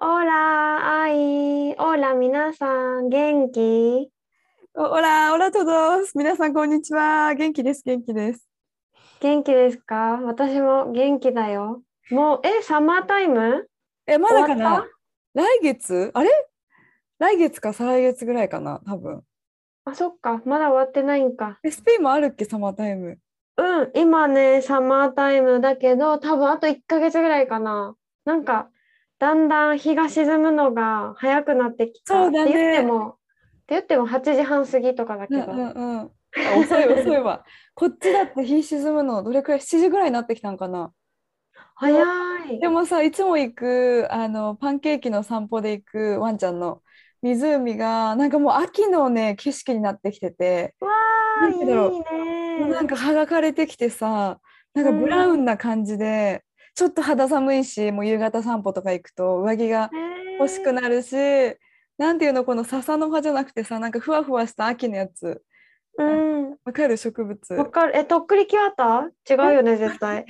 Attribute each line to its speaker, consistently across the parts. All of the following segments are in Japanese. Speaker 1: オラ、アイ、オラ、皆さん、元気
Speaker 2: おオラ、オラトドス。皆さん、こんにちは。元気です、元気です。
Speaker 1: 元気ですか私も元気だよ。もう、え、サマータイム
Speaker 2: え、まだか
Speaker 1: 終わ
Speaker 2: な
Speaker 1: っ
Speaker 2: 来月あれ来月か再来月ぐらいかな多分。
Speaker 1: たあ、そっか、まだ終わってないんか。
Speaker 2: SP もあるっけサマータイム。
Speaker 1: うん、今ね、サマータイムだけど、多分あと1ヶ月ぐらいかな。なんか、だんだん日が沈むのが早くなってきた。
Speaker 2: そうだね
Speaker 1: って言っても、って言っても8時半過ぎとかだけ
Speaker 2: うん
Speaker 1: ど。
Speaker 2: うんうん。あ遅いわ、 遅いわ。こっちだって日沈むの、どれくらい ?7 時ぐらいになってきたんかな
Speaker 1: 早い。
Speaker 2: でもさ、いつも行く、あの、パンケーキの散歩で行くワンちゃんの湖が、なんかもう秋のね、景色になってきてて、
Speaker 1: わ
Speaker 2: な
Speaker 1: ー、
Speaker 2: んてだろう
Speaker 1: いいね。
Speaker 2: なんか剥がかれてきてさなんか
Speaker 1: うん
Speaker 2: ブラウンな感じで、ちょっと肌寒いしもう夕方散歩とか行くと上着が
Speaker 1: 欲
Speaker 2: 欲しくなるし、なんていうのこの笹の葉じゃなくてさなんかふわふわした秋のやつ
Speaker 1: うん。
Speaker 2: わかる植物
Speaker 1: わかる。え、とっくりきわた違うよ ね、絶対。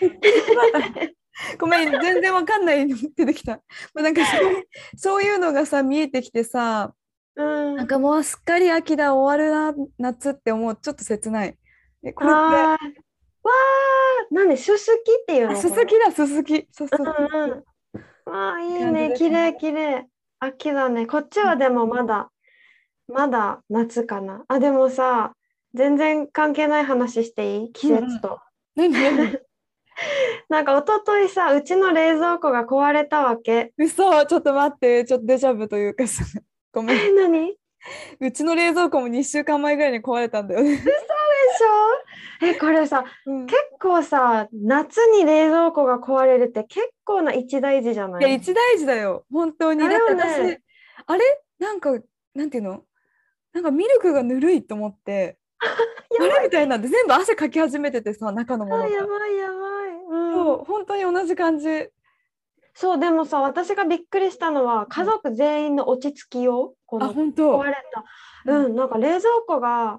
Speaker 2: ごめん全然わかんないの出てきた、まあ、なんかそうそういうのがさ見えてきてさ
Speaker 1: うん。
Speaker 2: なんかもうすっかり秋だ終わるな夏って思うちょっと切ないえこれ
Speaker 1: は
Speaker 2: って
Speaker 1: ーい。わー、なんで、すすきっていう
Speaker 2: あ
Speaker 1: の
Speaker 2: すすきだすすきすすき
Speaker 1: これうんうん。わー、いい
Speaker 2: 感じ
Speaker 1: ね。
Speaker 2: です
Speaker 1: 綺
Speaker 2: ね
Speaker 1: 麗綺麗。秋だね。こっちはでもまだ、まだ夏かな。あ、でもさ、全然関係ない話していい季節と。
Speaker 2: 何何
Speaker 1: なんか一昨日さ、うちの冷蔵庫が壊れたわけ。
Speaker 2: 嘘ちょっと待ってちょっとデジャブというか さごめん
Speaker 1: え、何
Speaker 2: うちの冷蔵庫も2週間前ぐらいに壊れたんだよね、
Speaker 1: でしょえ、これさ、
Speaker 2: うん、い
Speaker 1: 結構さ夏に冷蔵庫が壊れるって結構な一大事じゃない
Speaker 2: や一大事だよ本当にだ
Speaker 1: だ
Speaker 2: って
Speaker 1: よね
Speaker 2: 私、あれなんかなんていうのなんかミルクがぬるいと思って あれみたいなんで全部汗かき始めててさ中のも
Speaker 1: あ
Speaker 2: のが
Speaker 1: やばいやばい、うん、
Speaker 2: そう本当に同じ感じ
Speaker 1: そうでもさ私がびっくりしたのは家族全員の落ち着きよこ
Speaker 2: あ
Speaker 1: の
Speaker 2: 本
Speaker 1: 壊
Speaker 2: 当
Speaker 1: れたうんなんか冷蔵庫が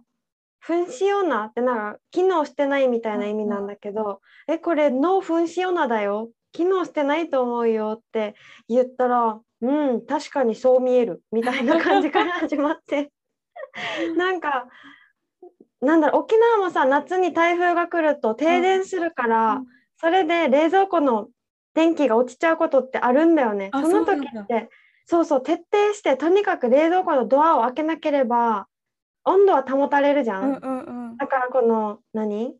Speaker 1: 噴子オナってなんか機能してないみたいな意味なんだけど、えこれノー噴子オナだよ機能してないと思うよって言ったらうん確かにそう見えるみたいな感じから始まって なんかなんだろう沖縄もさ夏に台風が来ると停電するから、
Speaker 2: うん
Speaker 1: それで冷蔵庫の電気が落ちちゃうことってあるんだよね。
Speaker 2: あ
Speaker 1: その
Speaker 2: そうなん
Speaker 1: 時
Speaker 2: だ
Speaker 1: ってそうそう徹底してとにかく冷蔵庫のドアを開けなければ温度は保たれるじゃん。
Speaker 2: うんうんうん
Speaker 1: だからこの何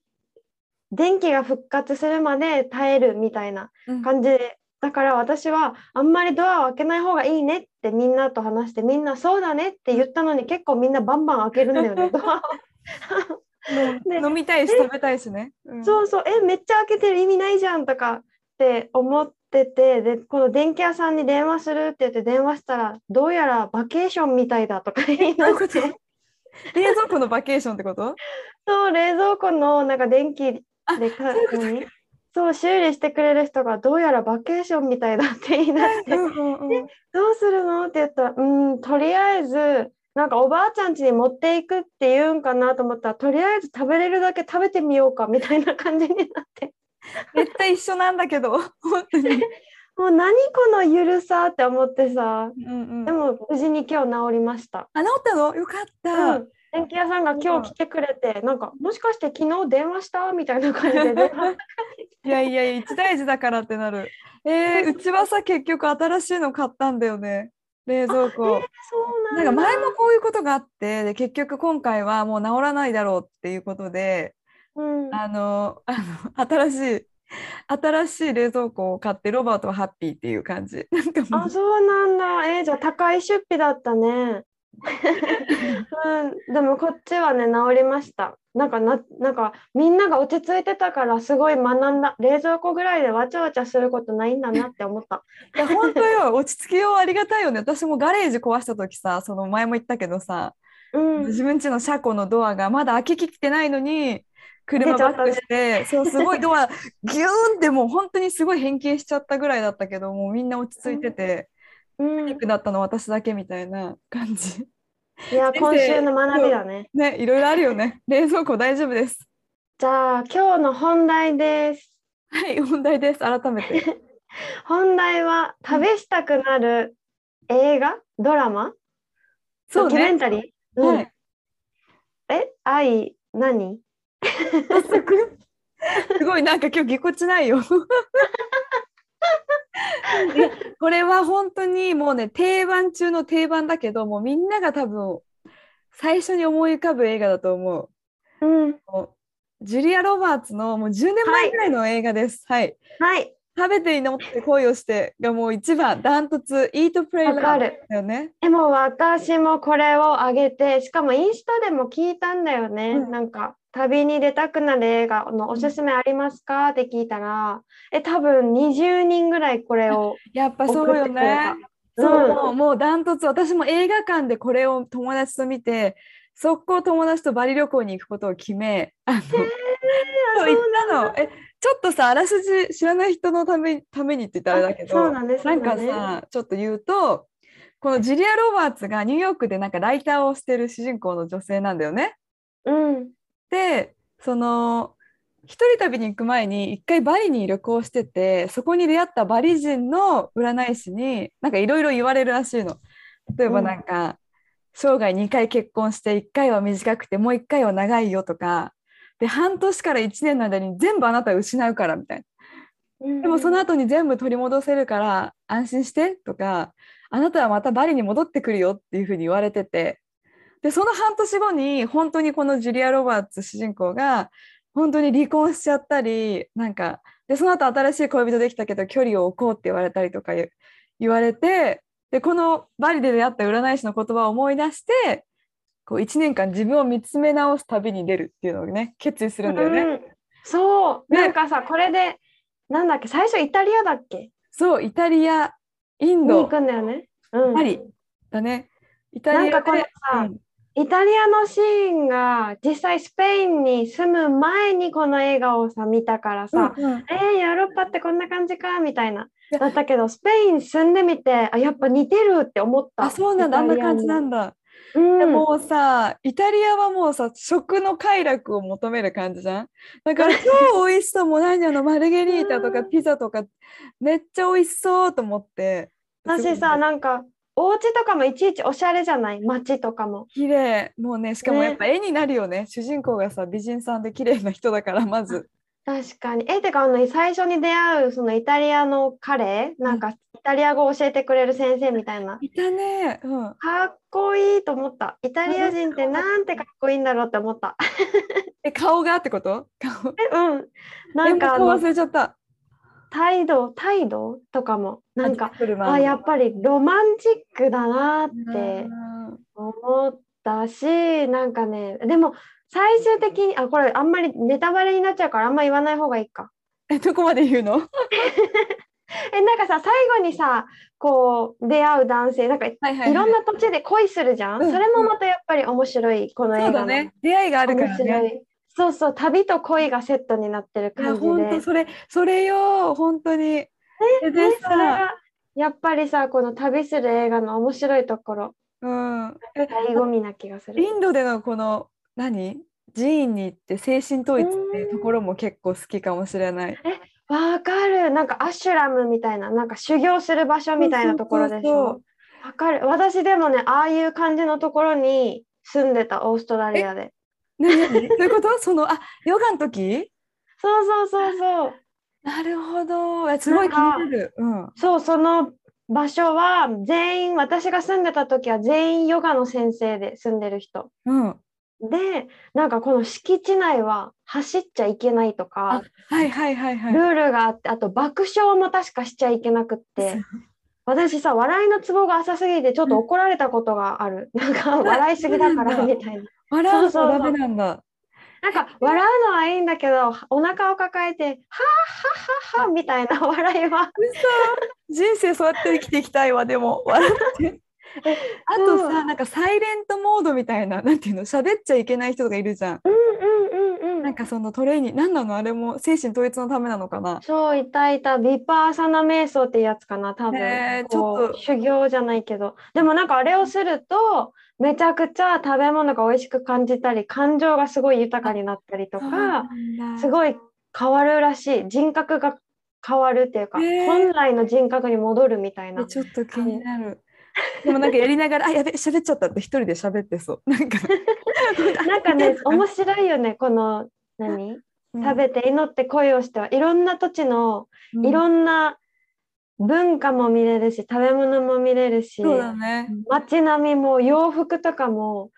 Speaker 1: 電気が復活するまで耐えるみたいな
Speaker 2: うん
Speaker 1: 感じでだから私はあんまりドアを開けない方がいいねってみんなと話してみんなそうだねって言ったのに結構みんなバンバン開けるんだよ ねドアをで
Speaker 2: 飲みたいし食べたいしね、うん
Speaker 1: そうそうえめっちゃ開けてる意味ないじゃんとかって思っててでこの電気屋さんに電話するって言って電話したらどうやらバケーションみたいだとか言い
Speaker 2: ど
Speaker 1: な
Speaker 2: うい
Speaker 1: っ
Speaker 2: うこと
Speaker 1: て
Speaker 2: 冷蔵庫のバケーションってこと
Speaker 1: そう冷蔵庫のなんか電気で
Speaker 2: あ
Speaker 1: か
Speaker 2: そういうこと
Speaker 1: 何そう修理してくれる人がどうやらバケーションみたいだって言い出して
Speaker 2: うんうんうん
Speaker 1: どうするのって言ったら、うーん、とりあえず、なんかおばあちゃん家に持っていくって言うんかなと思ったら、とりあえず食べれるだけ食べてみようかみたいな感じになって、
Speaker 2: 絶対一緒なんだけど本当に、
Speaker 1: もう何このゆるさって思ってさ、
Speaker 2: うんうん
Speaker 1: でも無事に今日治りました。
Speaker 2: あ、治ったのよかっ
Speaker 1: う
Speaker 2: た。
Speaker 1: ん、電気屋さんが今日来てくれて、なんかもしかして昨日電話したみたいな感じで電話
Speaker 2: いやいや、一大事だからってなる。えー、うちはさ、結局新しいの買ったんだよね。冷蔵庫。
Speaker 1: そう
Speaker 2: な
Speaker 1: なんん
Speaker 2: か
Speaker 1: だ。
Speaker 2: 前もこういうことがあって、で結局今回はもう治らないだろうっていうことで、
Speaker 1: うん、
Speaker 2: あの、あの新しい、新しい冷蔵庫を買って、ロバートはハッピーっていう感じ。なんかも
Speaker 1: あ、
Speaker 2: う、
Speaker 1: そうなんだ。えーじゃあ高い出費だった ね。うん、でもこっちはね、治りました。なんかな、なんかみんなが落ち着いてたからすごい学んだ。冷蔵庫ぐらいでわちゃわちゃすることないんだなって思った。
Speaker 2: いや、本当よ、落ち着きようありがたいよね。私もガレージ壊した時さ、その前も言ったけどさ、
Speaker 1: うん。
Speaker 2: 自分家の車庫のドアがまだ開けきってないのに車バックして、そうすごいドア ギューンってもう本当にすごい変形しちゃったぐらいだったけどもうみんな落ち着いてて、
Speaker 1: う
Speaker 2: ピ
Speaker 1: ん
Speaker 2: ー、クだったの私だけみたいな感じ
Speaker 1: いや、
Speaker 2: 生
Speaker 1: 今週の学びだね。
Speaker 2: ねいろいろあるよね冷蔵庫大丈夫です
Speaker 1: じゃあ今日の本題です。
Speaker 2: はい本題です改めて
Speaker 1: 本題は旅したくなる映画ドラマ
Speaker 2: そ
Speaker 1: ド
Speaker 2: う
Speaker 1: キュメン
Speaker 2: ね。
Speaker 1: タリー、うん
Speaker 2: はい。
Speaker 1: え愛何
Speaker 2: 早速すごいなんか今日ぎこちないよ。 いやこれは本当にもうね定番中の定番だけどもうみんなが多分最初に思い浮かぶ映画だと思う。
Speaker 1: うん
Speaker 2: ジュリア・ロバーツのもう10年前ぐらいの映画です。はい、
Speaker 1: はい
Speaker 2: 食べて祈って恋をしてがもう一番ダントツ Eat Pray
Speaker 1: わか
Speaker 2: Love
Speaker 1: る
Speaker 2: だよね。
Speaker 1: でも私もこれをあげてしかもインスタでも聞いたんだよね、
Speaker 2: うん
Speaker 1: なんか旅に出たくなる映画のおすすめありますかって聞いたらえ多分20人ぐらいこれを
Speaker 2: やっぱ
Speaker 1: 送
Speaker 2: そ
Speaker 1: っ
Speaker 2: うよ
Speaker 1: てくれた
Speaker 2: ね。そう、
Speaker 1: うん
Speaker 2: もうもうダントツ私も映画館でこれを友達と見て速攻友達とバリ旅行に行くことを決めあの、そう言ったのえちょっとさあらすじ知らない人のためためにって言ったらあれだけど
Speaker 1: そうなんです
Speaker 2: なんかさちょっと言うとこのジュリア・ロバーツがニューヨークでなんかライターをしてる主人公の女性なんだよね。
Speaker 1: うん
Speaker 2: でその一人旅に行く前に一回バリに旅行しててそこに出会ったバリ人の占い師になんかいろいろ言われるらしいの。例えば
Speaker 1: うん
Speaker 2: なんか、生涯2回結婚して1回は短くてもう1回は長いよとかで半年から1年の間に全部あなたを失うからみたいな。
Speaker 1: うん
Speaker 2: でもその後に全部取り戻せるから安心してとかあなたはまたバリに戻ってくるよっていうふうに言われててでその半年後に本当にこのジュリア・ロバーツ主人公が本当に離婚しちゃったりなんかでその後新しい恋人できたけど距離を置こうって言われたりとか言う言われてでこのバリで出会った占い師の言葉を思い出してこう1年間自分を見つめ直す旅に出るっていうのをね決意するんだよね。
Speaker 1: うんそう、
Speaker 2: ね
Speaker 1: なんかさこれでなんだっけ最初イタリアだっけ
Speaker 2: そうイタリアイン
Speaker 1: に
Speaker 2: ド
Speaker 1: 行くんだよね、うん、
Speaker 2: パリだね。イタリア
Speaker 1: な
Speaker 2: で
Speaker 1: んかこれさ、
Speaker 2: うん
Speaker 1: イタリアのシーンが実際スペインに住む前にこの映画をさ見たからさ、
Speaker 2: うんうん
Speaker 1: えー、ヨーロッパってこんな感じかみたいない
Speaker 2: や
Speaker 1: だったけどスペイン住んでみてあやっぱ似てるって思った
Speaker 2: あそうなんだあんな感じな
Speaker 1: だ、
Speaker 2: んだ。
Speaker 1: うん、
Speaker 2: でもうさイタリアはもうさ食の快楽を求める感じじゃんだから超美味しそうもう何あのマルゲリータとか
Speaker 1: うん
Speaker 2: ピザとかめっちゃ美味しそうと思って
Speaker 1: 私
Speaker 2: すご
Speaker 1: さ
Speaker 2: い
Speaker 1: なんかお家とかもいちいちおしゃれじゃない街とかも
Speaker 2: 綺麗もうねしかも
Speaker 1: ね
Speaker 2: やっぱ絵になるよね主人公がさ美人さんで綺麗な人だからまず
Speaker 1: 確かにえてかあの最初に出会うそのイタリアの彼なんかイタリア語を教えてくれる先生みたいない
Speaker 2: たねう
Speaker 1: か
Speaker 2: ん
Speaker 1: っこいいと思ったイタリア人ってなんてかっこいいんだろうって思った
Speaker 2: え顔がってこと顔
Speaker 1: えうんなんかあ
Speaker 2: えもう
Speaker 1: の
Speaker 2: 顔忘れちゃった
Speaker 1: 態度態度とかもなんかあやっ
Speaker 2: ぱ
Speaker 1: ぱりロマンチックだなって思ったしなんかねでも最終的にあこれあんまりネタバレになっちゃうからあんま言わない方がいいか
Speaker 2: えどこまで言うの
Speaker 1: えなんかさ最後にさこう出会う男性なんかい
Speaker 2: はいはい
Speaker 1: ろんな土地で恋するじゃん、
Speaker 2: うん
Speaker 1: それもまたやっぱり面白いこの映
Speaker 2: そう
Speaker 1: 画
Speaker 2: だ
Speaker 1: の、
Speaker 2: ね出会いがあるから
Speaker 1: 面白
Speaker 2: ね
Speaker 1: いそうそう旅と恋がセットになってる
Speaker 2: いや
Speaker 1: 感じで
Speaker 2: 本当それそれよ本当にえ
Speaker 1: ねそれがやっぱりさこの旅する映画の面白いところ
Speaker 2: うんえ
Speaker 1: 醍醐味な気がする
Speaker 2: インドでのこの何寺院に行って精神統一っていうところも結構好きかもしれない
Speaker 1: わかるなんかアシュラムみたいななんか修行する場所みたいなところでし
Speaker 2: そうそうそ
Speaker 1: ょわかる私でもねああいう感じのところに住んでたオーストラリアで
Speaker 2: 何何どういうこと そのあヨガの時
Speaker 1: そうそうそうそう
Speaker 2: なるほどえすごい気になるうん
Speaker 1: そうその場所は全員私が住んでた時は全員ヨガの先生で住んでる人
Speaker 2: うん
Speaker 1: でなんかこの敷地内は走っちゃいけないとか
Speaker 2: はいはいはいはい
Speaker 1: ルールがあってあと爆笑も確かしちゃいけなくって私さ笑いのツボが浅すぎてちょっと怒られたことがあ るなんか笑いすぎだから
Speaker 2: そうなんだ
Speaker 1: みたいな
Speaker 2: 笑う
Speaker 1: そう
Speaker 2: と
Speaker 1: そうそ
Speaker 2: ダ
Speaker 1: う
Speaker 2: メなんだ
Speaker 1: なんか笑うのはいいんだけどお腹を抱えてはあはあはあはあみたい な笑いは
Speaker 2: 嘘 人生そうやって生きていきたいわで も笑って。えあとさ、
Speaker 1: うん
Speaker 2: なんかサイレントモードみたいななんていうの喋っちゃいけない人がいるじゃん。
Speaker 1: うんうんうんう
Speaker 2: なんんかそのトレーニング何なのあれも精神統一のためなのかな。
Speaker 1: そういたいたヴィパーサナ瞑想ってやつかな多分、
Speaker 2: ねえ
Speaker 1: こ
Speaker 2: ちょ
Speaker 1: う
Speaker 2: っと
Speaker 1: 修行じゃないけどでもなんかあれをするとめちゃくちゃ食べ物が美味しく感じたり感情がすごい豊かになったりとかす
Speaker 2: い。
Speaker 1: ごい変わるらしい人格が変わるっていうか、
Speaker 2: ねえ
Speaker 1: 本来の人格に戻るみたいな
Speaker 2: えちょっと気になる。でもなんかやりながら、あ、やべ、喋っちゃったって一人で喋ってそう。 なんか、
Speaker 1: なんかね、面白いよね、この、何食べて祈って恋をしてはいろんな土地の
Speaker 2: うん、
Speaker 1: いろんな文化も見れるし食べ物も見れるし
Speaker 2: そうだね。
Speaker 1: 街並みも洋服とかも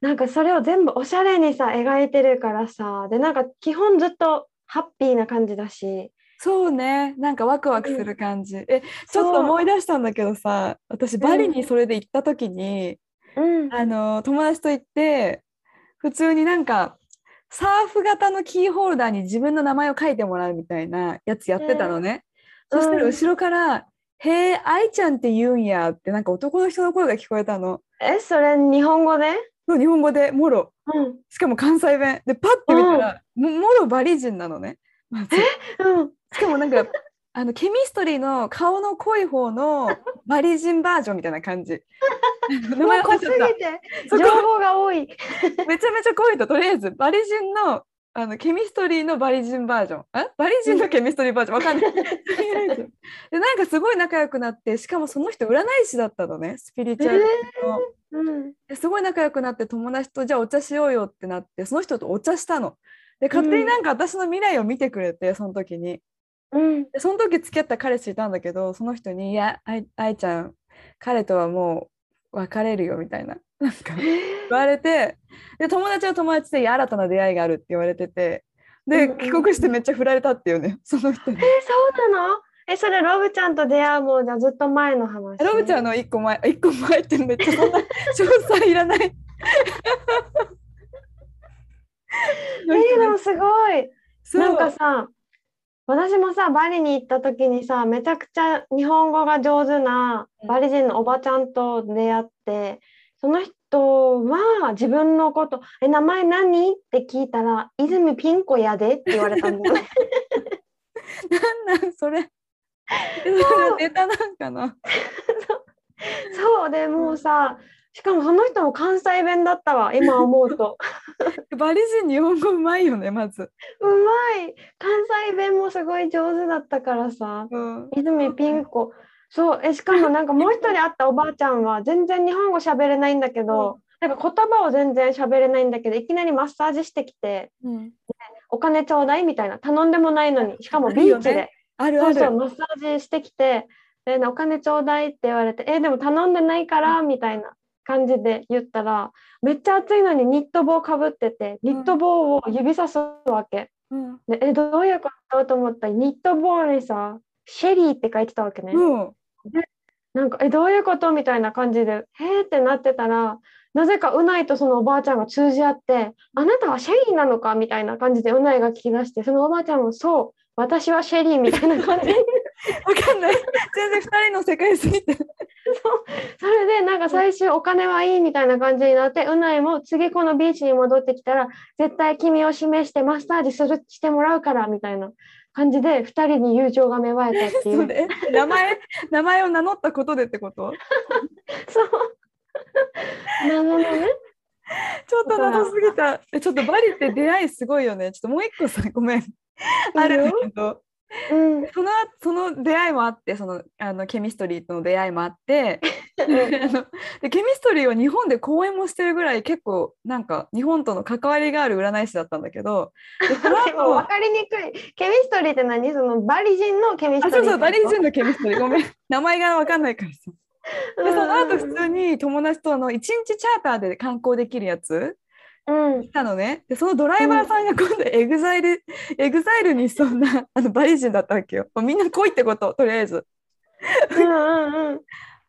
Speaker 1: なんかそれを全部おしゃれにさ描いてるからさでなんか基本ずっとハッピーな感じだし
Speaker 2: そうね。なんかワクワクする感じ。え、ちょっと
Speaker 1: そう
Speaker 2: 思い出したんだけどさ、私バリにそれで行った時に、
Speaker 1: うん
Speaker 2: あの友達と行って、普通になんかサーフ型のキーホルダーに自分の名前を書いてもらうみたいなやつやってたのね。
Speaker 1: うん
Speaker 2: そしたら後ろから、へえ、愛ちゃんって言うんやって、なんか男の人の声が聞こえたの。
Speaker 1: えそれ日本語で、
Speaker 2: そう日本語でもろ。
Speaker 1: うん
Speaker 2: しかも関西弁でパッて見たら、ももろバリ人なのね。まず
Speaker 1: うん、
Speaker 2: しかもなん かあのケミストリーの顔の濃い方のバリ人バージョンみたいな感じ。名前
Speaker 1: もう濃
Speaker 2: 忘れ
Speaker 1: す
Speaker 2: ち
Speaker 1: ぎ
Speaker 2: ゃった
Speaker 1: て
Speaker 2: そ
Speaker 1: 情
Speaker 2: こ
Speaker 1: 報が多い。
Speaker 2: めちゃめちゃ濃いととりあえずバリ人のあのケミストリーのバリ人バージョンえバリ人のケミストリーバージョンわかんない とりあえずでなんかすごい仲良くなってしかもその人占い師だったのねスピリチュアルの、
Speaker 1: うん、
Speaker 2: ですごい仲良くなって友達とじゃあお茶しようよってなってその人とお茶したので勝手になんか私の未来を見てくれてその時に
Speaker 1: うん、
Speaker 2: でその時付き合った彼氏いたんだけどその人に「いや愛愛ちゃん彼とはもう別れるよ」みたいななんか言われてで友達は友達でいや「新たな出会いがある」って言われてて
Speaker 1: うん
Speaker 2: で
Speaker 1: うん
Speaker 2: 帰国してめっちゃ振られたっていうね その 人に。
Speaker 1: えそうなのえそれロブちゃんと出会うもうじゃあずっと前の話
Speaker 2: ロブちゃんの一個前あ一個前ってめっちゃ そんな詳細いらない。
Speaker 1: えーでもすごい
Speaker 2: そう
Speaker 1: なんかさ私もさバリに行った時にさめちゃくちゃ日本語が上手なバリ人のおばちゃんと出会ってその人は自分のこと「え名前何?」って聞いたら「泉ピン子やで」って言われたん だよね。
Speaker 2: なんなんそれ。それが ネタなんかな。
Speaker 1: そうでもうさしかもその人も関西弁だったわ今思うと。
Speaker 2: バリ人日本語うまいよねまず。
Speaker 1: うまい関西弁もすごい上手だったからさ
Speaker 2: うん
Speaker 1: 泉ピン子そうえしかもなんかもう一人会ったおばあちゃんは全然日本語喋れないんだけど、なんか言葉を全然喋れないんだけどいきなりマッサージしてきて
Speaker 2: うん、
Speaker 1: お金ちょうだいみたいな頼んでもないのにしかも
Speaker 2: あ
Speaker 1: ビ
Speaker 2: いいよ
Speaker 1: ーチ
Speaker 2: ね
Speaker 1: で、
Speaker 2: ある
Speaker 1: そう
Speaker 2: ある。
Speaker 1: そうマッサージしてきてでお金ちょうだいって言われてえでも頼んでないからみたいな感じで言ったらめっちゃ暑いのにニット帽かぶっててニット帽を指さすわけ。
Speaker 2: うん
Speaker 1: でえどういうことと思ったらニット帽にさシェリーって書いてたわけね、
Speaker 2: うん、
Speaker 1: なんかえどういうことみたいな感じでへーってなってたらなぜかうないとそのおばあちゃんが通じ合ってあなたはシェリーなのかみたいな感じでうないが聞き出してそのおばあちゃんもそう私はシェリーみたいな感じで
Speaker 2: わかんない。全然二人の世界すぎて。
Speaker 1: それでなんか最終お金はいいみたいな感じになってうないも次このビーチに戻ってきたら絶対君を示してマッサージするしてもらうからみたいな感じで2人に友情が芽生えたってい
Speaker 2: そうう。で名前名前を名乗ったことでってこと。
Speaker 1: そう。 なのね。
Speaker 2: ちょっと謎すぎた。えちょっとバリって出会いすごいよね。ちょっともう一個さごめん。あるんだけど。
Speaker 1: うん。
Speaker 2: そのその出会いもあってそのあのケミストリーとの出会いもあってであのでケミストリーは日本で公演もしてるぐらい結構なんか日本との関わりがある占い師だったんだけどでその
Speaker 1: でも分
Speaker 2: 後
Speaker 1: かりにくい。ケミストリーって何そのバリ人のケミスト
Speaker 2: あ
Speaker 1: リー。
Speaker 2: そうそうバリジュンのケミストリーごめん名前が分かんないからさ
Speaker 1: うん。
Speaker 2: でその後普通に友達とあの1日チャーターで観光できるやつ
Speaker 1: うん。
Speaker 2: 行ったのねでそのドライバーさんが今度エグザイル、エグザイルにそんなあのバリジュンだ ったわけよもうみんな来いってこととりあえず
Speaker 1: うんうんうん。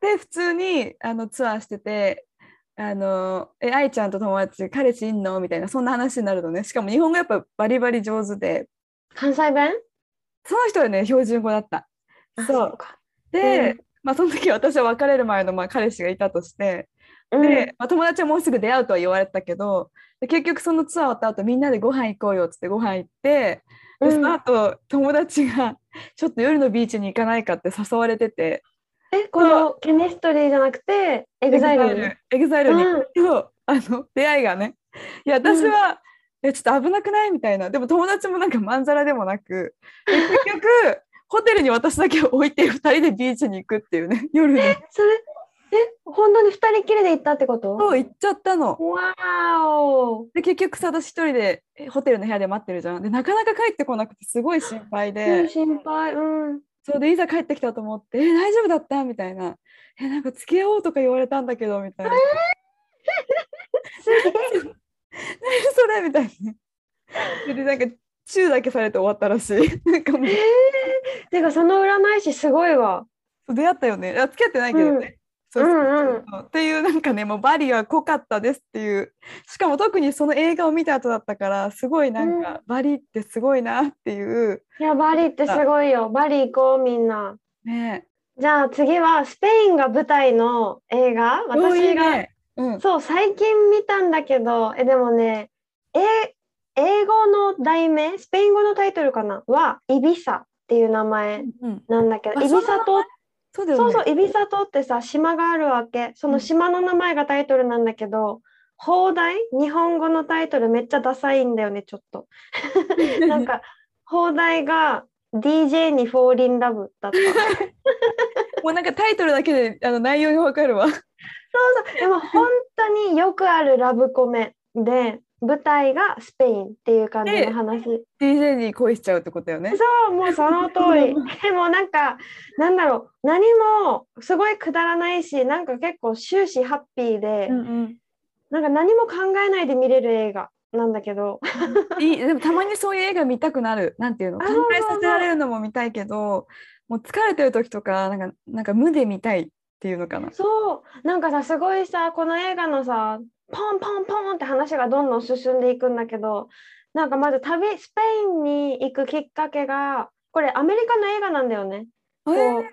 Speaker 2: で普通にあのツアーしてて「あのえ愛ちゃんと友達彼氏いんの?」みたいなそんな話になるのねしかも日本語やっぱバリバリ上手で
Speaker 1: 関西弁
Speaker 2: その人はね標準語だった。
Speaker 1: あ
Speaker 2: そう
Speaker 1: か。
Speaker 2: で、
Speaker 1: う
Speaker 2: まあ、その時私は別れる前のまあ彼氏がいたとして
Speaker 1: う
Speaker 2: で、
Speaker 1: ん。
Speaker 2: まあ、友達はもうすぐ出会うとは言われたけどで結局そのツアー終わった後みんなでご飯行こうよっつってご飯行って
Speaker 1: うん
Speaker 2: でその後友達が「ちょっと夜のビーチに行かないか」って誘われてて
Speaker 1: え、このケミストリーじゃなくて、エグザイルに。
Speaker 2: エグザイルに
Speaker 1: うん。
Speaker 2: そうあの出会いがねいや私は、えちょっと危なくないみたいなでも友達もなんかまんざらでもなくで結 局ホテルに私だけ置いて2人でビーチに行くっていうね夜に
Speaker 1: それ、本当に二人きりで行ったってこと
Speaker 2: そう行っちゃったの。
Speaker 1: わーお
Speaker 2: で結局さ私一人でえホテルの部屋で待ってるじゃん。でなかなか帰ってこなくてすごい心配
Speaker 1: うん
Speaker 2: で
Speaker 1: 心配うん
Speaker 2: そうでいざ帰ってきたと思って「え大丈夫だった?」みたいな「えなんか付き合おうとか言われたんだけど」みたいな
Speaker 1: すげえ
Speaker 2: 「何 それ?」みたいな。それでなんかチューだけされて終わったらしい。 なんかもう
Speaker 1: てかその占い師すごいわ
Speaker 2: 出会ったよね。あ付き合ってないけどね。そうそうそ
Speaker 1: う
Speaker 2: う
Speaker 1: んうん
Speaker 2: っていうなんかねもうバリは濃かったですっていうしかも特にその映画を見た後だったからすごいなんか、バリってすごいなっていう
Speaker 1: いやバリってすごいよバリ行こうみんな
Speaker 2: ね
Speaker 1: じゃあ次はスペインが舞台の映画
Speaker 2: そうい
Speaker 1: 私
Speaker 2: う
Speaker 1: が
Speaker 2: ねうん、
Speaker 1: そう最近見たんだけどえでもねえ英語の題名スペイン語のタイトルかなはイビサっていう名前
Speaker 2: うん、
Speaker 1: なんだけど
Speaker 2: あ
Speaker 1: イビ
Speaker 2: その
Speaker 1: サ島っ
Speaker 2: そうだよ
Speaker 1: そ
Speaker 2: ね
Speaker 1: うそう、イビサ島ってさ、島があるわけ。その島の名前がタイトルなんだけど、放題日本語のタイトルめっちゃダサいんだよね、ちょっ と。 なんか、放題が DJ にフォーリンラブだ った。そう
Speaker 2: もうなんかタイトルだけであの内容がわかるわ。
Speaker 1: そう、でも本当によくあるラブコメで、舞台がスペインっていう感じの話。
Speaker 2: DJ に恋しちゃうってことよね。
Speaker 1: そう、もうその通 り。でもなんか、なんだろう、何もすごいくだらないし、なんか結構終始ハッピーで、
Speaker 2: うん
Speaker 1: なんか何も考えないで見れる映画なんだけど、
Speaker 2: うん、いい でもたまにそういう映画見たくなるなんていうの
Speaker 1: あ
Speaker 2: 考
Speaker 1: そうそう
Speaker 2: えさせられるのも見たいけどもう疲れてる時とかなんかなんか無で見たいっていうのかな。
Speaker 1: そう、なんかさ、すごいさ、この映画のさ、ポンポンポンって話がどんどん進んでいくんだけど、なんかまず旅、スペインに行くきっかけが、これアメリカの映画なんだよね。
Speaker 2: え
Speaker 1: こう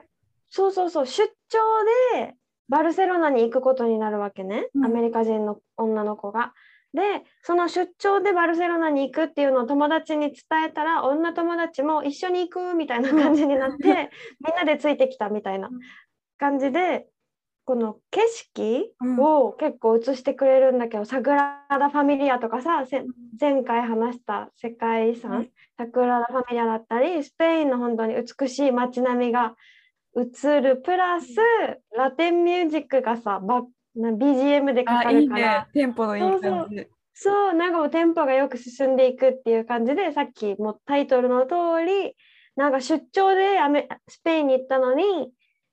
Speaker 1: そうそうそう、出張でバルセロナに行くことになるわけね、
Speaker 2: うん
Speaker 1: アメリカ人の女の子が。で、その出張でバルセロナに行くっていうのを友達に伝えたら、女友達も一緒に行くみたいな感じになって、 みんなでついてきたみたいな
Speaker 2: うん
Speaker 1: 感じで、この景色
Speaker 2: うん
Speaker 1: を結構映してくれるんだけど、サグラダ・ファミリアとかさ、せ前回話した世界遺
Speaker 2: う
Speaker 1: 産、サグラダ・ファミリアだったり、スペインの本当に美しい街並みが映る、プラス、ラテンミュージックがさ、バな BGM でか
Speaker 2: あ
Speaker 1: か
Speaker 2: いい
Speaker 1: るから
Speaker 2: ね。テンポのいい感じ。
Speaker 1: そう、なんかもうテンポがよく進んでいくっていう感じで、さっきもうタイトルの通り、なんか出張でアメスペインに行ったのに、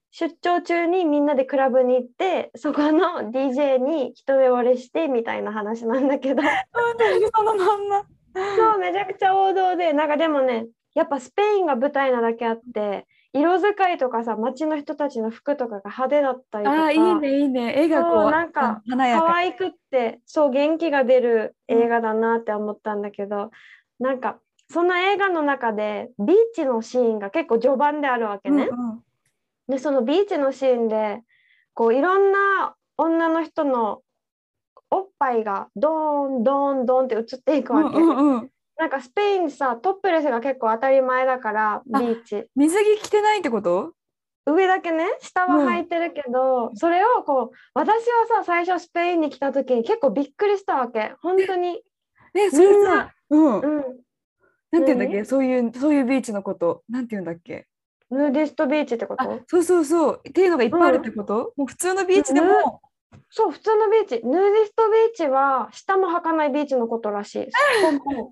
Speaker 1: 出張中にみんなでクラブに行って、そこの DJ に一目惚れしてみたいな話なんだけど、
Speaker 2: 本当にそのまんま。
Speaker 1: そう、めちゃくちゃ王道で、なんかでもね、やっぱスペインが舞台なだけあって、色使いとかさ、街の人たちの服とかが派手だったりとか。
Speaker 2: あーいいねいいね。絵がこ
Speaker 1: そううなんか
Speaker 2: 華や
Speaker 1: 可
Speaker 2: か。
Speaker 1: 愛くってそう元気が出る映画だなって思ったんだけど、なんかその映画の中でビーチのシーンが結構序盤であるわけね。
Speaker 2: うんうん
Speaker 1: でそのビーチのシーンでこういろんな女の人のおっぱいがドーンドーンドーンって映っていくわけ。
Speaker 2: うんうんうん
Speaker 1: なんかスペインさトップレスが結構当たり前だからビーチ。
Speaker 2: 水着着てないってこと？
Speaker 1: 上だけね下は履いてるけど、それをこう私はさ最初スペインに来た時に結構びっくりしたわけ本当に、
Speaker 2: えそれ
Speaker 1: みん
Speaker 2: さ
Speaker 1: な、
Speaker 2: うん
Speaker 1: う、ん、
Speaker 2: なんていうんだっけ
Speaker 1: 何
Speaker 2: そういうそういうビーチのことなんていうんだっけ
Speaker 1: ヌーディストビーチってこ
Speaker 2: あ
Speaker 1: と
Speaker 2: そうそうそうっていうのがいっぱいあるってこと、もう普通のビーチでも、
Speaker 1: そう普通のビーチヌーディストビーチは下も履かないビーチのことらしい根本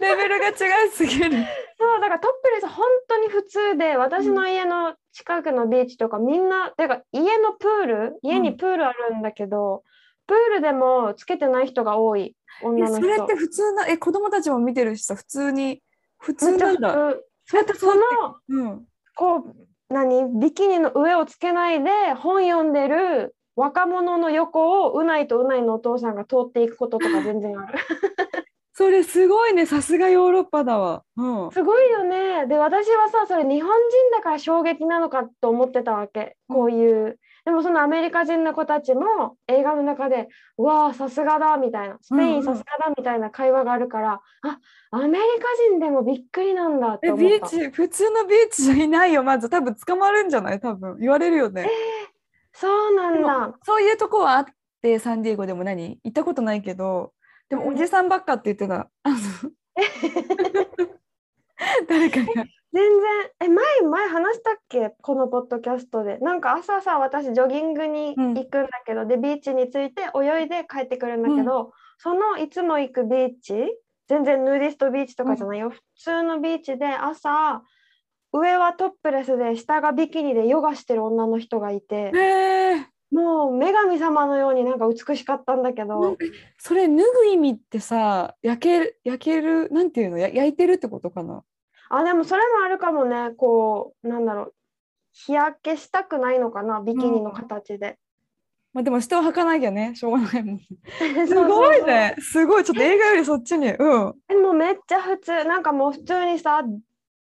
Speaker 2: レベルが違いすぎ
Speaker 1: そ
Speaker 2: る
Speaker 1: うだからトップレス本当に普通で私の家の近くのビーチとかみんなてか家のプール家にプールあるんだけど、プールでもつけてない人が多い
Speaker 2: え
Speaker 1: 女の
Speaker 2: そ
Speaker 1: 人
Speaker 2: れって普通のえ子供たちも見てるしさ普通に普
Speaker 1: め
Speaker 2: 通
Speaker 1: っちゃ
Speaker 2: なん
Speaker 1: 普通
Speaker 2: だそうやって
Speaker 1: そ
Speaker 2: その
Speaker 1: の
Speaker 2: うん
Speaker 1: こう何ビキニの上をつけないで本読んでる若者の横をうないとうないのお父さんが通っていくこととか全然あ る
Speaker 2: それすごいねさすがヨーロッパだわうん
Speaker 1: すごいよねで私はさそれ日本人だから衝撃なのかと思ってたわけこういうでもそのアメリカ人の子たちも映画の中で「うわあさすがだ」みたいな「スペイ
Speaker 2: うんう
Speaker 1: ン
Speaker 2: ん
Speaker 1: さすがだ」みたいな会話があるから、あアメリカ人でもびっくりなんだって
Speaker 2: え
Speaker 1: 思
Speaker 2: ビ
Speaker 1: っ
Speaker 2: ー
Speaker 1: た
Speaker 2: チ普通のビーチじゃいないよまず多分捕まるんじゃない多分言われるよね
Speaker 1: そうなん
Speaker 2: で
Speaker 1: だ
Speaker 2: もそういうとこはあってサンディエゴでも何行ったことないけどでもおじさんばっかって言ってたあの誰かが
Speaker 1: 全然え前前話したっけこのポッドキャストでなんか朝さ私ジョギングに
Speaker 2: うん
Speaker 1: 行くんだけど、でビーチに着いて泳いで帰ってくるんだけど、そのいつも行くビーチ全然ヌーディストビーチとかじゃないよ、普通のビーチで朝上はトップレスで下がビキニでヨガしてる女の人がいて
Speaker 2: へ え
Speaker 1: もう女神様のようになんか美しかったんだけ
Speaker 2: なん
Speaker 1: ど
Speaker 2: かそれ脱ぐ意味ってさ焼ける焼けるなんていうのや焼いてるってことかな
Speaker 1: あでもそれもあるかもねこうなんだろう日焼けしたくないのかなビキニの形で。
Speaker 2: まあでも下を履かなきゃねしょうがないもん す
Speaker 1: す
Speaker 2: ごいねすごいちょっと映画よりそっちにうん
Speaker 1: えもうめっちゃ普通なんかもう普通にさ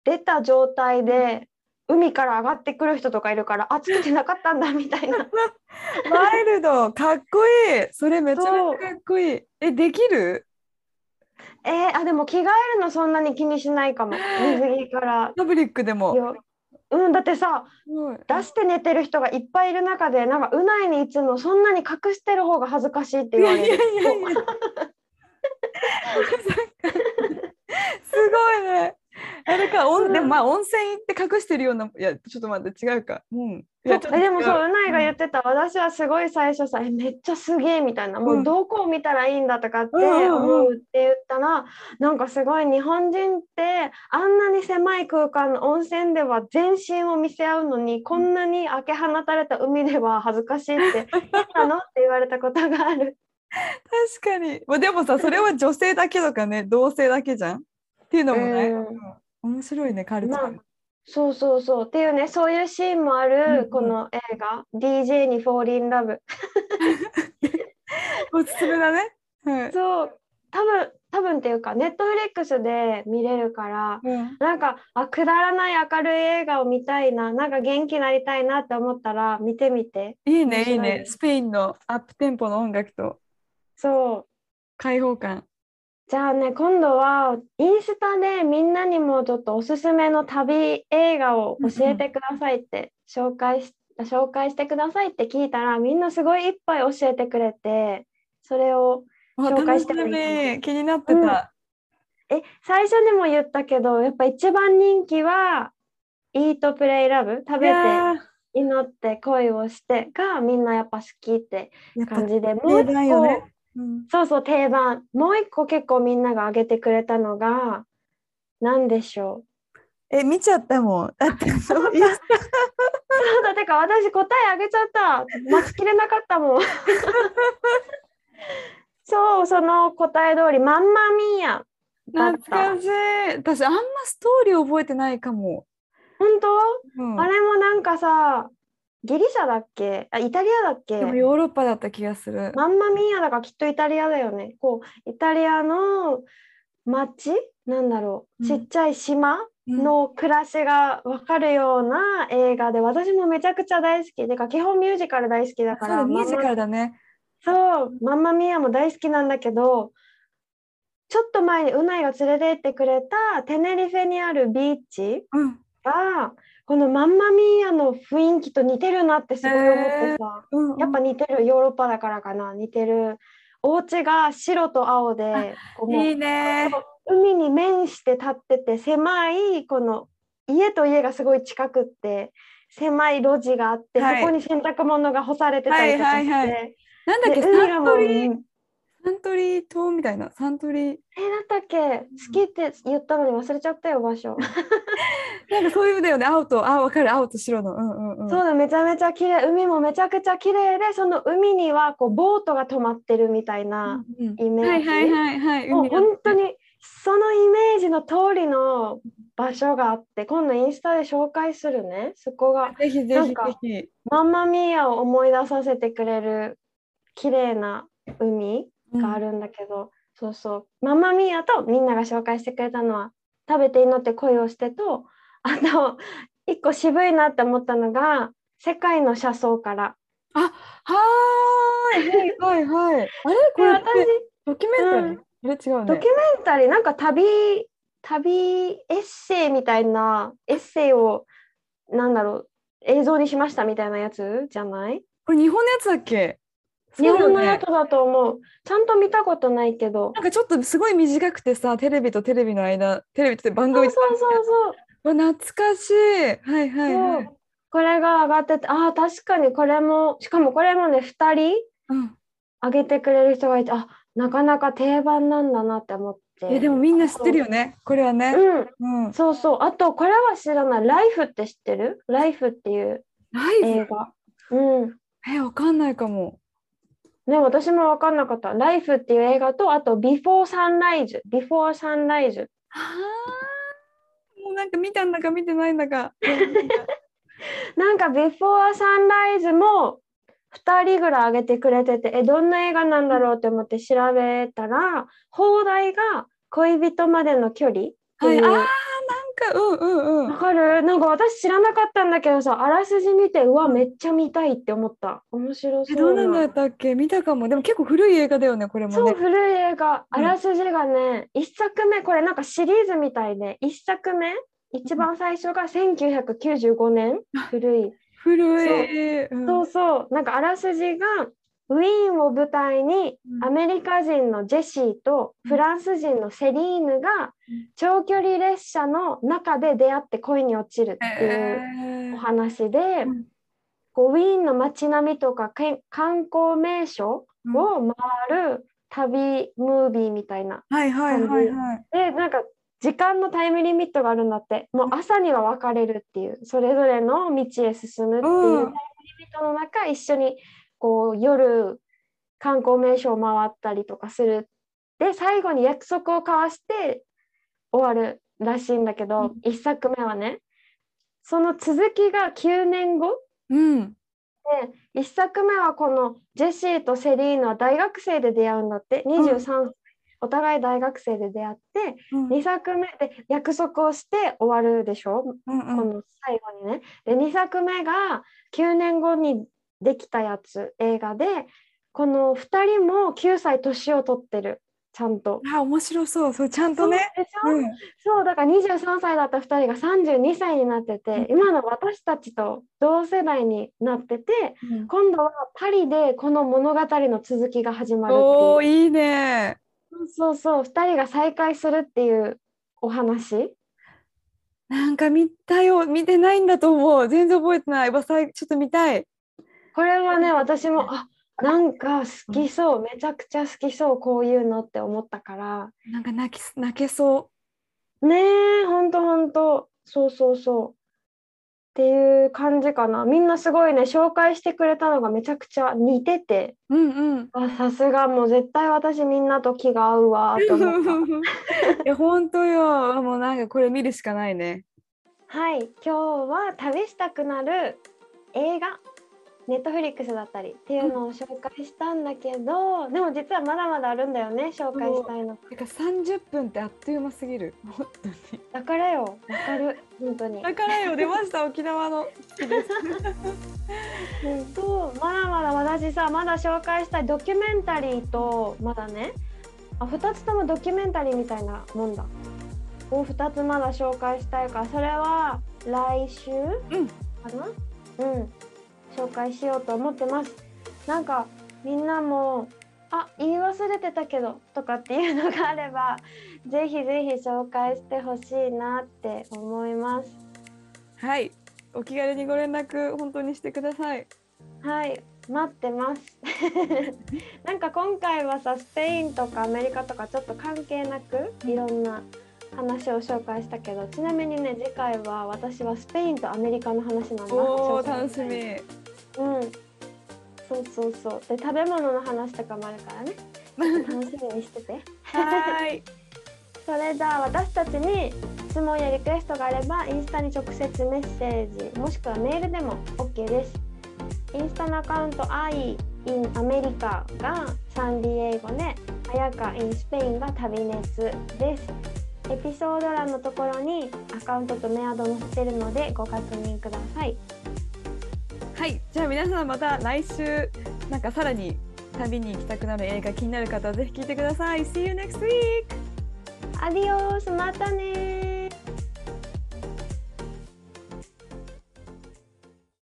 Speaker 1: 出た状態で海から上がってくる人とかいるから暑くてなかったんだみたいな
Speaker 2: マイルドかっこいいそれめちゃめちゃかっこいいえできる
Speaker 1: えーあでも着替えるのそんなに気にしないかも水着から
Speaker 2: パブリックでも
Speaker 1: ようんだってさ
Speaker 2: すごい
Speaker 1: 出して寝てる人がいっぱいいる中でなんかうないにいつもそんなに隠してる方が恥ずかしいって言われる
Speaker 2: いやいやいやいやそっかすごいねあれか温でもまあ温泉行って隠してるようないやちょっと待って違うかうんい
Speaker 1: そ
Speaker 2: や
Speaker 1: う
Speaker 2: ちょっと
Speaker 1: えでもそう
Speaker 2: 違
Speaker 1: うないが言ってた、私はすごい最初さえめっちゃすげえみたいなも
Speaker 2: う
Speaker 1: うんどこを見たらいいんだとかって
Speaker 2: うんうんうん
Speaker 1: 思うって言ったら、なんかすごい日本人ってあんなに狭い空間の温泉では全身を見せ合うのにこんなに開け放たれた海では恥ずかしいって 変なのって言われたことがある。
Speaker 2: 確かに、まあ、でもさそれは女性だけとかね同性だけじゃんっていうのもね、
Speaker 1: うん
Speaker 2: 面白いねカルチャー、
Speaker 1: まあそうそうそうっていうねそういうシーンもある、
Speaker 2: うん
Speaker 1: この映画「DJ にフォーリンラブ」
Speaker 2: おすすめだね、は い
Speaker 1: そう多分多分っていうかネットフリックスで見れるから
Speaker 2: うん、
Speaker 1: なんかあくだらない明るい映画を見たいななんか元気になりたいなって思ったら見てみて
Speaker 2: いい
Speaker 1: 面
Speaker 2: ね
Speaker 1: 白い
Speaker 2: いいねスペインのアップテンポの音楽と
Speaker 1: そう
Speaker 2: 開放感
Speaker 1: じゃあね今度はインスタでみんなにもちょっとおすすめの旅映画を教えてくださいって紹介し紹介してくださいって聞いたらみんなすごいいっぱい教えてくれてそれを
Speaker 2: あ
Speaker 1: 紹介して
Speaker 2: 楽
Speaker 1: もい
Speaker 2: し
Speaker 1: いかも
Speaker 2: み気になってた、
Speaker 1: え最初にも言ったけどやっぱ一番人気は「イートプレイラブ食
Speaker 2: い
Speaker 1: べて
Speaker 2: やー
Speaker 1: 祈って恋をしてがみんなやっぱ好きって
Speaker 2: やっぱ
Speaker 1: 感じでもう
Speaker 2: 定
Speaker 1: 一個
Speaker 2: 番よね、うん
Speaker 1: そうそう定番もう一個結構みんなが挙げてくれたのが何でしょう
Speaker 2: え、見ちゃったもん。だって、そう、いや、
Speaker 1: そうだてか私答えあげちゃった待ちきれなかった もんそうその答え通りまんまみーやだっ
Speaker 2: 懐
Speaker 1: た
Speaker 2: かしい。私、あんまストーリー覚えてないかも。
Speaker 1: 本当、
Speaker 2: うん、
Speaker 1: あれもなんかさギリシャだっけあイタリアだっけ
Speaker 2: でもヨーロッパだった気がする。
Speaker 1: マンマミーアだからきっとイタリアだよね。こうイタリアの町なんだろう、
Speaker 2: うん
Speaker 1: ちっちゃい島
Speaker 2: うん
Speaker 1: の暮らしがわかるような映画で、私もめちゃくちゃ大好きでか基本ミュージカル大好きだ
Speaker 2: そ
Speaker 1: か
Speaker 2: うだ、
Speaker 1: ら
Speaker 2: ミュージカルだね。
Speaker 1: マンマそうマンマミーアも大好きなんだけどちょっと前にうないが連れてってくれたテネリフェにあるビーチ
Speaker 2: うん、
Speaker 1: がこのマンマミーアの雰囲気と似てるなってすごい思ってさ。
Speaker 2: うん、
Speaker 1: やっぱ似てるヨーロッパだからかな似てるお家が白と青でこうもう
Speaker 2: いいね。
Speaker 1: 海に面して立ってて狭いこの家と家がすごい近くって狭い路地があって、
Speaker 2: はい
Speaker 1: そこに洗濯物が干されてたりとかして、
Speaker 2: はいはいはなんだっけ、
Speaker 1: で
Speaker 2: サ
Speaker 1: 海が
Speaker 2: ン
Speaker 1: も
Speaker 2: ト
Speaker 1: う
Speaker 2: リ
Speaker 1: え
Speaker 2: ー
Speaker 1: な、ん
Speaker 2: サントリー島みたいな、サントリー。
Speaker 1: だったっけ好きって言ったのに忘れちゃったよ場所
Speaker 2: なんかそういうのだよね、青と、あ、わかる、青と白の。うんうんうん。
Speaker 1: そうだめちゃめちゃ綺麗海もめちゃくちゃ綺麗でその海にはこうボートが止まってるみたいな
Speaker 2: うん
Speaker 1: イ
Speaker 2: うん。
Speaker 1: メージ、
Speaker 2: はいはいはいはい。
Speaker 1: もう
Speaker 2: 海が
Speaker 1: 本当にそのイメージの通りの場所があって今度インスタで紹介するねそこが
Speaker 2: ぜひぜ
Speaker 1: な
Speaker 2: ひ
Speaker 1: んか
Speaker 2: ぜひ。
Speaker 1: マンマミーアを思い出させてくれる綺麗な海があるんだけど、そうそうマンマミーアとみんなが紹介してくれたのは「食べて祈って恋をしてと」あと一個渋いなって思ったのが「世界の車窓から
Speaker 2: はーい、はいはいはい。あれ、」こ
Speaker 1: で
Speaker 2: れ
Speaker 1: 私
Speaker 2: ってドキュメンタリー。
Speaker 1: うん
Speaker 2: あれ違うね。
Speaker 1: ドキュメンタリーなんか旅旅エッセイみたいなエッセイをなんだろう映像にしましたみたいなやつじゃない
Speaker 2: これ日本のやつだっけ
Speaker 1: 日本の
Speaker 2: そうだよ
Speaker 1: や
Speaker 2: ね
Speaker 1: つだと思うちゃんと見たことないけど
Speaker 2: なんかちょっとすごい短くてさテレビとテレビの間テレビって番
Speaker 1: そう
Speaker 2: 組
Speaker 1: そうそうそう
Speaker 2: わ懐かしい。はいはい、は
Speaker 1: そ
Speaker 2: い。
Speaker 1: うこれが上がっててああ確かにこれもしかもこれもね2人
Speaker 2: うん。
Speaker 1: 上げてくれる人がいてあなかなか定番なんだなって思って
Speaker 2: えでもみんな知ってるよね。これはね。
Speaker 1: うん
Speaker 2: うん。
Speaker 1: そうそうあとこれは知らない「ライフって知ってる?「ライフっていう
Speaker 2: ライ
Speaker 1: 映
Speaker 2: ブ。
Speaker 1: 画うん
Speaker 2: えわかんないかも。
Speaker 1: ね、私も分かんなかった。ライフっていう映画と、あと、ビフォーサンライズ。ビフォーサンライズ。
Speaker 2: ああ。 もうなんか見たんだか見てないんだか。
Speaker 1: なんか、ビフォーサンライズも2人ぐらい上げてくれてて、え、どんな映画なんだろうって思って調べたら、放題が恋人までの距離って
Speaker 2: はいい。あ
Speaker 1: う。
Speaker 2: あ
Speaker 1: わ、
Speaker 2: なんかうんうんうん。
Speaker 1: かるなんか私知らなかったんだけどさ、あらすじ見て、うわ、めっちゃ見たいって思った。面白そう
Speaker 2: えどうなんだったっけ見たかも。でも結構古い映画だよねこれも
Speaker 1: そう
Speaker 2: ね。
Speaker 1: 古い映画
Speaker 2: う
Speaker 1: あ
Speaker 2: ん
Speaker 1: らすじがね、一作目これなんかシリーズみたいで一作目一番最初が1995年古い、
Speaker 2: 古い。うん
Speaker 1: そうそうなんかあらすじがウィーンを舞台に
Speaker 2: うん
Speaker 1: アメリカ人のジェシーとフランス人のセリーヌが
Speaker 2: うん
Speaker 1: 長距離列車の中で出会って恋に落ちるっていう
Speaker 2: え
Speaker 1: お
Speaker 2: ー
Speaker 1: 話で、
Speaker 2: うん
Speaker 1: こうウィーンの街並みとかけん観光名所を回る旅ムービーみたいな。
Speaker 2: はいはいはいはい。
Speaker 1: でなんか時間のタイムリミットがあるんだってもう朝には別れるっていうそれぞれの道へ進むっていううんタイムリミットの中一緒にこう夜観光名所を回ったりとかするで最後に約束を交わして終わるらしいんだけど、一作目はねその続きが9年後
Speaker 2: うん。
Speaker 1: で1作目はこのジェシーとセリーヌは大学生で出会うんだって23歳、お互い大学生で出会って
Speaker 2: うん
Speaker 1: 2作目で約束をして終わるでしょ、
Speaker 2: うん
Speaker 1: こ
Speaker 2: うん
Speaker 1: の最後にね。で2作目が9年後にできたやつ映画でこの2人も9歳年を取ってるちゃんと。
Speaker 2: あ面白そう。そうちゃんとね。
Speaker 1: そうでしょ、
Speaker 2: うん。
Speaker 1: そうだから23歳だった2人が32歳になってて今の私たちと同世代になってて
Speaker 2: うん
Speaker 1: 今度はパリでこの物語の続きが始まるって
Speaker 2: お
Speaker 1: いう
Speaker 2: おいいね。
Speaker 1: そうそう2人が再会するっていうお話。
Speaker 2: なんか見たよ見てないんだと思う全然覚えてないわさいちょっと見たい
Speaker 1: これはね私もあなんか好きそうめちゃくちゃ好きそうこういうのって思ったから
Speaker 2: なんか泣きす泣けそ
Speaker 1: ねえほんとほんとそうそうそうっていう感じかなみんなすごいね紹介してくれたのがめちゃくちゃ似てて
Speaker 2: ううん
Speaker 1: あさすがもう絶対私みんなと気が合うわと
Speaker 2: う
Speaker 1: 思った。
Speaker 2: んいや本当よもうなんかこれ見るしかないね
Speaker 1: はい、今日は旅したくなる映画ネットフリックスだったりっていうのを紹介したんだけど、でも実はまだまだあるんだよね紹介したいの
Speaker 2: てか30分ってあっという間すぎる本当に
Speaker 1: だからよわかる本当に
Speaker 2: だからよ出ました沖縄の
Speaker 1: とまだまだ私さまだ紹介したいドキュメンタリーとまだねあ2つともドキュメンタリーみたいなもんだを2つまだ紹介したいからそれは来週
Speaker 2: うん
Speaker 1: かなうん、紹介しようと思ってますなんかみんなもあ言い忘れてたけどとかっていうのがあればぜひぜひ紹介してほしいなって思います
Speaker 2: はいお気軽にご連絡本当にしてください
Speaker 1: はい、待ってます。 なんか今回はさ、スペインとかアメリカとかちょっと関係なくいろんな話を紹介したけど、ちなみにね次回は私はスペインとアメリカの話なんだ。
Speaker 2: おお
Speaker 1: 紹介
Speaker 2: 楽
Speaker 1: し
Speaker 2: した
Speaker 1: い
Speaker 2: み
Speaker 1: うん。そうそうそう。で食べ物の話とかもある からね。楽しみにしてて。
Speaker 2: はーい
Speaker 1: それじゃあ私たちに質問やリクエストがあればインスタに直接メッセージもしくはメールでも OK ですインスタのアカウント i in アメリカがサンディエゴで綾香 in スペインが旅熱ですエピソード欄のところにアカウントとメアドも載せてるのでご確認ください
Speaker 2: はい、じゃあ皆さんまた来週なんかさらに旅に行きたくなる映画気になる方はぜひ聞いてください。See you next week!
Speaker 1: アディオースまたねー